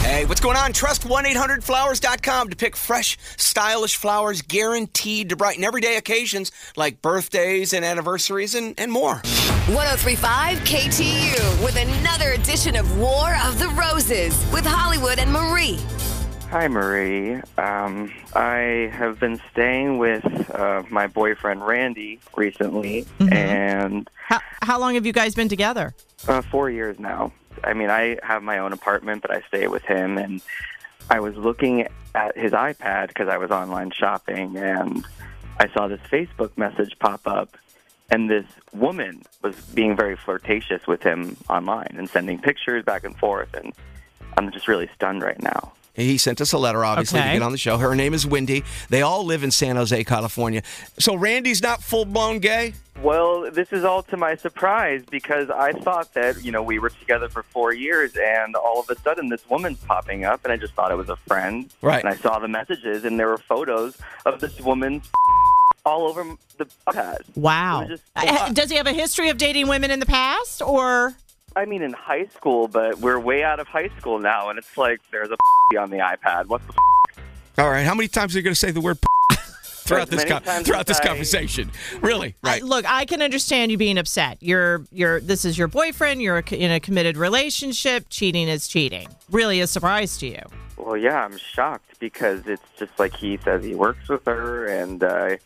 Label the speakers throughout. Speaker 1: Okay, what's going on? Trust 1-800-Flowers.com to pick fresh, stylish flowers guaranteed to brighten everyday occasions like birthdays and anniversaries and, and more.
Speaker 2: 1035 KTU with another edition of War of the Roses with Hollywood and Marie.
Speaker 3: Hi, Marie. Um, I have been staying with uh, my boyfriend Randy recently, and
Speaker 4: How, how long have you guys been together?
Speaker 3: uh, four years now. I mean, I have my own apartment, but I stay with him, and I was looking at his iPad because I was online shopping, and I saw this Facebook message pop up, and this woman was being very flirtatious with him online and sending pictures back and forth, and I'm just really stunned right now.
Speaker 1: He sent us a letter, obviously, to
Speaker 4: Okay.
Speaker 1: get on the show. Her name is Wendy. They all live in San Jose, California. So Randy's not full blown gay?
Speaker 3: Well, this is all to my surprise because I thought that, you know, we were together for four years and all of a sudden this woman's popping up and I just thought it was a friend.
Speaker 1: Right.
Speaker 3: And I saw the messages and there were photos of this woman all over m- the pad.
Speaker 4: Wow.
Speaker 3: It was just-
Speaker 4: Uh, Does he have a history of dating women in the past or?
Speaker 3: I mean, in high school, but we're way out of high school now and it's like there's a on the iPad. What the
Speaker 1: All right, how many times are you going to say the word throughout
Speaker 3: As
Speaker 1: this
Speaker 3: many
Speaker 1: con-
Speaker 3: times
Speaker 1: throughout
Speaker 3: as
Speaker 1: this
Speaker 3: I-
Speaker 1: conversation? Really? Right.
Speaker 4: I- look, I can understand you being upset. You're, you're. This is your boyfriend. You're a- in a committed relationship. Cheating is cheating. Really, a surprise to you.
Speaker 3: Well, yeah, I'm shocked because it's just like he says he works with her and, uh,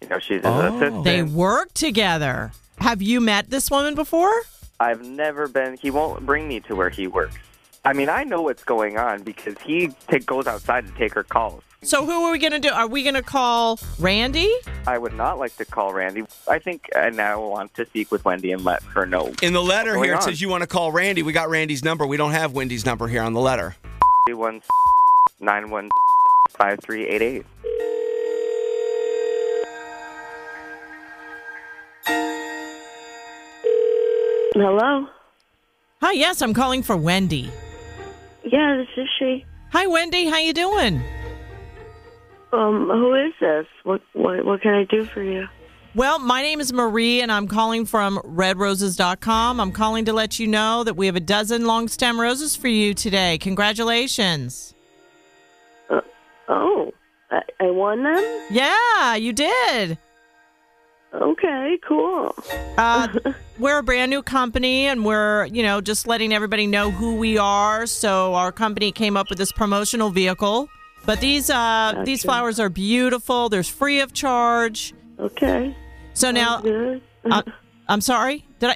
Speaker 3: you know, she's his assistant.
Speaker 4: They work together. Have you met this woman before?
Speaker 3: I've never been. He won't bring me to where he works. I mean, I know what's going on because he take, goes outside to take her calls.
Speaker 4: So who are we gonna do? Are we gonna call Randy?
Speaker 3: I would not like to call Randy. I think I now want to speak with Wendy and let her know.
Speaker 1: In the letter
Speaker 3: What's
Speaker 1: here, it
Speaker 3: going on?
Speaker 1: says you want to call Randy. We got Randy's number. We don't have Wendy's number here on the letter.
Speaker 3: One nine one five three eight eight.
Speaker 5: Hello?
Speaker 4: Hi, yes, I'm calling for Wendy.
Speaker 5: Yeah, this is she.
Speaker 4: Hi, Wendy. How you doing?
Speaker 5: Um, who is this? What what what can I do for you?
Speaker 4: Well, my name is Marie, and I'm calling from redroses.com. I'm calling to let you know that we have a dozen long stem roses for you today. Congratulations.
Speaker 5: Oh, I, I won them?
Speaker 4: Yeah, you did.
Speaker 5: Okay, cool.
Speaker 4: Uh, we're a brand new company, and we're, you know, just letting everybody know who we are. So our company came up with this promotional vehicle. But these uh, these
Speaker 5: Gotcha.
Speaker 4: flowers are beautiful. They're free of charge.
Speaker 5: Okay. Oh,
Speaker 4: So now,
Speaker 5: Good.
Speaker 4: uh, I'm sorry. Did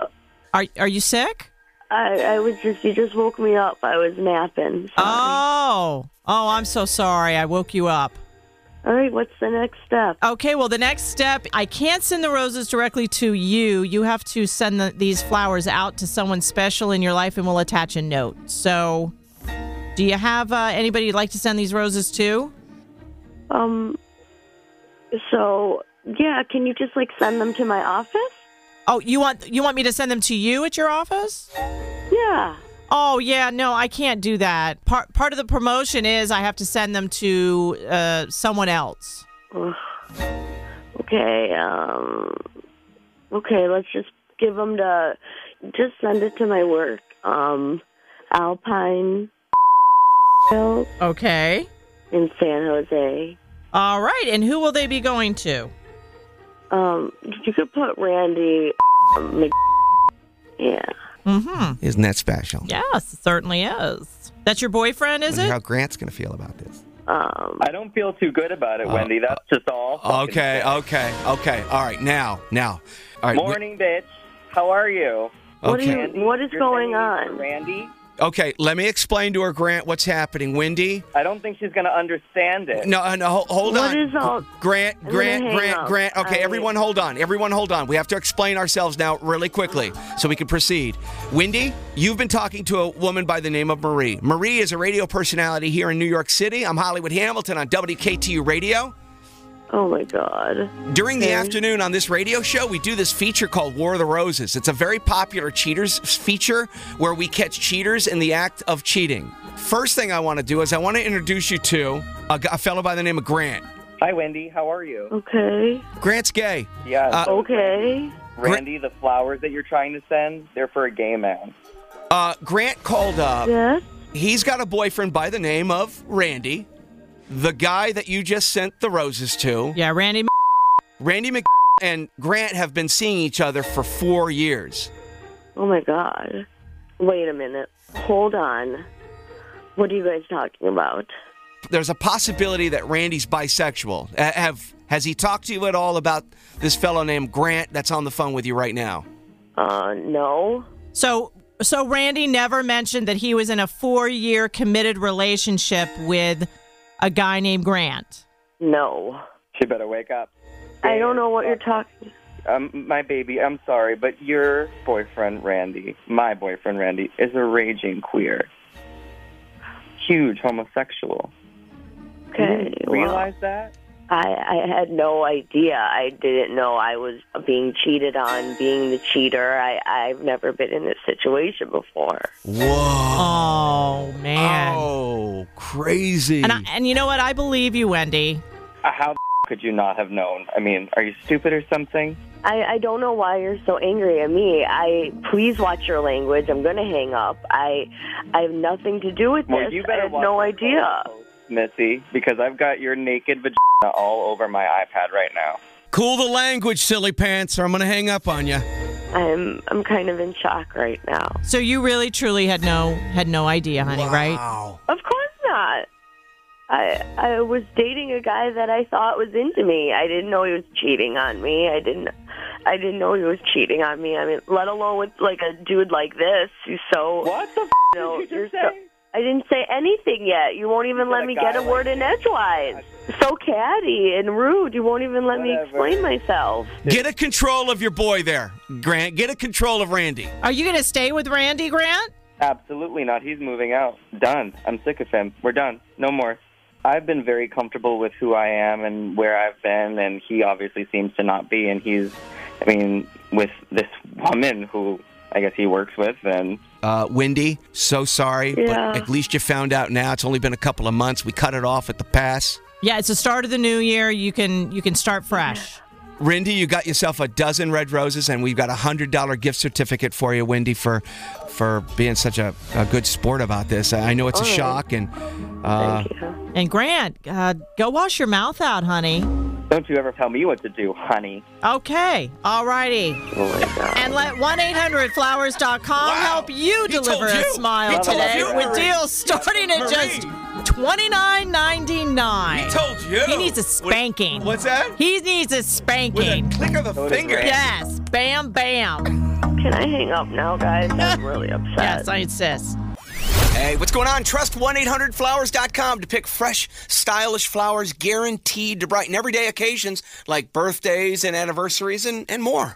Speaker 4: I? Are are you sick?
Speaker 5: I I was just you just woke me up. I was napping. Sorry.
Speaker 4: Oh, oh, I'm so sorry. I woke you up.
Speaker 5: All right, what's the next step?
Speaker 4: Okay, well, the next step, I can't send the roses directly to you. You have to send the, these flowers out to someone special in your life, and we'll attach a note. So, do you have uh, anybody you'd like to send these roses to?
Speaker 5: Um so yeah, can you just like send them to my office?
Speaker 4: Oh, you want you want me to send them to you at your office?
Speaker 5: Yeah.
Speaker 4: Oh yeah, no, I can't do that. Part part of the promotion is I have to send them to uh, someone else.
Speaker 5: Ugh. Okay, um okay, let's just give them to just send it to my work. Um Alpine Hills
Speaker 4: Okay.
Speaker 5: in San Jose.
Speaker 4: All right, and who will they be going to?
Speaker 5: Um you could put Randy um, Mc- Yeah.
Speaker 4: Mm-hmm.
Speaker 1: Isn't that special?
Speaker 4: Yes, it certainly is. That's your boyfriend, is
Speaker 1: Wonder
Speaker 4: it?
Speaker 1: How Grant's going to feel about this?
Speaker 5: Um
Speaker 3: I don't feel too good about it, Wendy. That's just all. I can
Speaker 1: Uh, Okay,
Speaker 3: say.
Speaker 1: okay, okay. All right, now, now. All right.
Speaker 3: Morning, bitch. How are you?
Speaker 1: we-
Speaker 5: What are
Speaker 1: okay.
Speaker 5: you- What is
Speaker 3: You're
Speaker 5: going
Speaker 3: sending
Speaker 5: on?
Speaker 3: me to Randy?
Speaker 1: okay, let me explain to her, Grant, what's happening. Wendy?
Speaker 3: I don't think she's going to understand it.
Speaker 1: No, uh, no, ho- hold
Speaker 5: What
Speaker 1: on.
Speaker 5: is all-
Speaker 1: Grant,
Speaker 5: I'm
Speaker 1: Grant,
Speaker 5: gonna hang
Speaker 1: Grant,
Speaker 5: up.
Speaker 1: Grant. Okay,
Speaker 5: I-
Speaker 1: everyone hold on. Everyone hold on. We have to explain ourselves now really quickly so we can proceed. Wendy, you've been talking to a woman by the name of Marie. Marie is a radio personality here in New York City. I'm Hollywood Hamilton on WKTU Radio.
Speaker 5: oh my god.
Speaker 1: During the afternoon on this radio show, we do this feature called War of the Roses. It's a very popular cheaters feature where we catch cheaters in the act of cheating. First thing I want to do is I want to introduce you to a, g- a fellow by the name of Grant.
Speaker 3: Hi, Wendy. How are you?
Speaker 5: Okay.
Speaker 1: Grant's gay.
Speaker 3: Yeah.
Speaker 1: Uh,
Speaker 3: so
Speaker 5: Uh, Okay.
Speaker 3: Randy, the flowers that you're trying to send, they're for a gay man.
Speaker 1: Uh, Grant called up.
Speaker 5: Yes.
Speaker 1: He's got a boyfriend by the name of Randy, the guy that you just sent the roses to.
Speaker 4: Yeah, Randy. M-
Speaker 1: Randy Mc and Grant have been seeing each other for four years.
Speaker 5: Oh my god. Wait a minute. Hold on. What are you guys talking about?
Speaker 1: There's a possibility that Randy's bisexual. Uh, Have has he talked to you at all about this fellow named Grant that's on the phone with you right now?
Speaker 5: Uh, no.
Speaker 4: So so Randy never mentioned that he was in a four-year committed relationship with a guy named Grant.
Speaker 5: No.
Speaker 3: She better wake up.
Speaker 5: I don't know what you're talking
Speaker 3: Um, my baby, I'm sorry, but your boyfriend Randy, my boyfriend Randy, is a raging queer, huge homosexual.
Speaker 5: Okay. Well,
Speaker 3: Realize that?
Speaker 5: I, I had no idea. I didn't know I was being cheated on, being the cheater. I, I've never been in this situation before.
Speaker 1: Whoa.
Speaker 4: Oh man.
Speaker 1: Oh, crazy.
Speaker 4: And I, and you know what? I believe you, Wendy.
Speaker 3: Uh, How the f- could you not have known? I mean, are you stupid or something?
Speaker 5: I, I don't know why you're so angry at me. I please watch your language. I'm gonna hang up. I I have nothing to do with
Speaker 3: Well,
Speaker 5: this.
Speaker 3: you
Speaker 5: I
Speaker 3: better
Speaker 5: have
Speaker 3: watch
Speaker 5: no
Speaker 3: your
Speaker 5: idea.
Speaker 3: post, Missy, because I've got your naked vagina all over my iPad right now.
Speaker 1: cool the language, silly pants, or I'm going to hang up on you.
Speaker 5: I'm I'm kind of in shock right now.
Speaker 4: So you really truly had no had no idea, honey, right?
Speaker 1: Wow.
Speaker 5: Of course not. I I was dating a guy that I thought was into me. I didn't know he was cheating on me. I didn't I didn't know he was cheating on me. I mean, let alone with like a dude like this who's so
Speaker 3: What the f-
Speaker 5: No,
Speaker 3: did you
Speaker 5: you're
Speaker 3: just say?
Speaker 5: so- I didn't say anything yet. You won't even
Speaker 3: You
Speaker 5: let
Speaker 3: said
Speaker 5: me
Speaker 3: a guy
Speaker 5: get a
Speaker 3: like
Speaker 5: word in edgewise. So catty and rude. You won't even let me
Speaker 3: Whatever.
Speaker 5: explain myself.
Speaker 1: Get a control of your boy there, Grant. Get a control of Randy.
Speaker 4: Are you going to stay with Randy Grant?
Speaker 3: Absolutely not. He's moving out. Done. I'm sick of him. We're done. No more. I've been very comfortable with who I am and where I've been, and he obviously seems to not be. And he's, I mean, with this woman who I guess he works with, and
Speaker 1: Uh, Wendy, so sorry,
Speaker 5: Yeah.
Speaker 1: but at least you found out now. It's only been a couple of months. We cut it off at the pass.
Speaker 4: Yeah, it's the start of the new year. You can you can start fresh.
Speaker 1: Rindy, you got yourself a dozen red roses, and we've got a hundred dollar gift certificate for you, Wendy, for for being such a, a good sport about this. I I know
Speaker 4: Oh.
Speaker 1: it's a shock, and uh,
Speaker 5: Thank you.
Speaker 4: And Grant, uh, go wash your mouth out, honey.
Speaker 3: don't you ever tell me what to do, honey.
Speaker 4: Okay, all righty.
Speaker 5: Oh my god.
Speaker 4: And let 1 800 flowers.com help you
Speaker 1: He told
Speaker 4: deliver a
Speaker 1: you.
Speaker 4: smile
Speaker 1: He told
Speaker 4: today
Speaker 1: you,
Speaker 4: with
Speaker 1: Marie.
Speaker 4: deals starting at just $29.99. He
Speaker 1: told you.
Speaker 4: He needs a spanking.
Speaker 1: What's that?
Speaker 4: He needs a spanking.
Speaker 1: click of the
Speaker 3: does finger. Randy.
Speaker 4: Yes, bam, bam.
Speaker 5: Can I hang up now, guys? I'm really upset.
Speaker 4: Yes, I insist.
Speaker 1: Hey, what's going on? Trust 1-800-Flowers.com to pick fresh, stylish flowers guaranteed to brighten everyday occasions like birthdays and anniversaries and, and more.